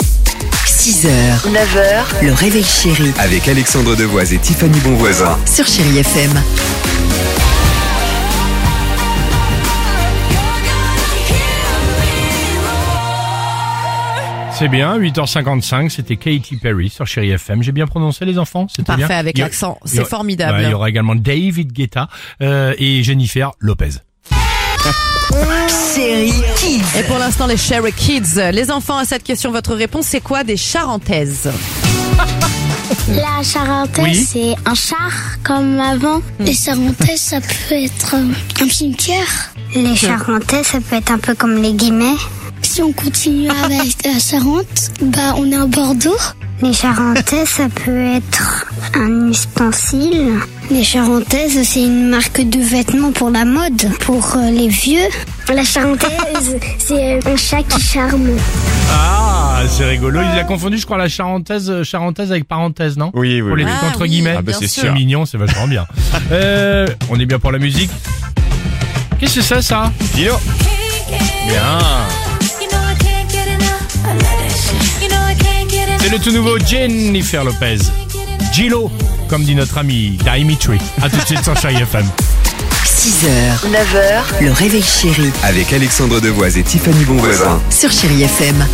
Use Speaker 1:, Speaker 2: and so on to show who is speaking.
Speaker 1: 6h, 9h, le réveil chéri
Speaker 2: Avec Alexandre Devoise et Tiffany Bonvoisin.
Speaker 1: sur Chérie FM.
Speaker 3: C'est bien, 8h55, c'était Katy Perry sur Chéri FM. J'ai bien prononcé les enfants, c'était
Speaker 4: Parfait
Speaker 3: bien.
Speaker 4: avec
Speaker 3: Il y a-
Speaker 4: l'accent,
Speaker 3: il y
Speaker 4: c'est
Speaker 3: aura-
Speaker 4: formidable.
Speaker 3: Ouais, il y aura également David Guetta euh, et Jennifer Lopez.
Speaker 1: Chérie Kids.
Speaker 4: Et pour l'instant, les Sherry Kids, les enfants, à cette question, votre réponse, c'est quoi des charentaises
Speaker 5: La charentaise,
Speaker 3: Oui.
Speaker 5: c'est un char comme avant. Les charentaises, ça peut être euh, un cimetière. Les charentaises, ça peut être un peu comme les guillemets. Si on continue avec la Charente, bah on est à Bordeaux. Les charentaises, ça peut être un ustensile. Les charentaises, c'est une marque de vêtements pour la mode, pour euh, les vieux. La charentaise, c'est euh, un chat qui charme.
Speaker 3: Ah, c'est rigolo. Il a confondu, je crois, la charentaise, euh, charentaise avec parenthèse, non
Speaker 6: Oui, oui,
Speaker 3: Pour les
Speaker 6: oui.
Speaker 3: trucs
Speaker 4: Ah
Speaker 3: entre
Speaker 4: oui,
Speaker 3: guillemets.
Speaker 4: Ah bah, bien c'est sûr.
Speaker 3: C'est mignon, c'est vachement bien. Euh, on est bien pour la musique. Qu'est-ce que c'est ça
Speaker 6: Dino.
Speaker 3: Bien. C'est le tout nouveau Jennifer Lopez. Gilo, comme dit notre ami Dimitri. À tout de suite sur Chéri FM.
Speaker 1: 6h, 9h, le réveil chéri
Speaker 2: Avec Alexandre Devoise et Tiffany Bonvoisin.
Speaker 1: sur Chérie FM.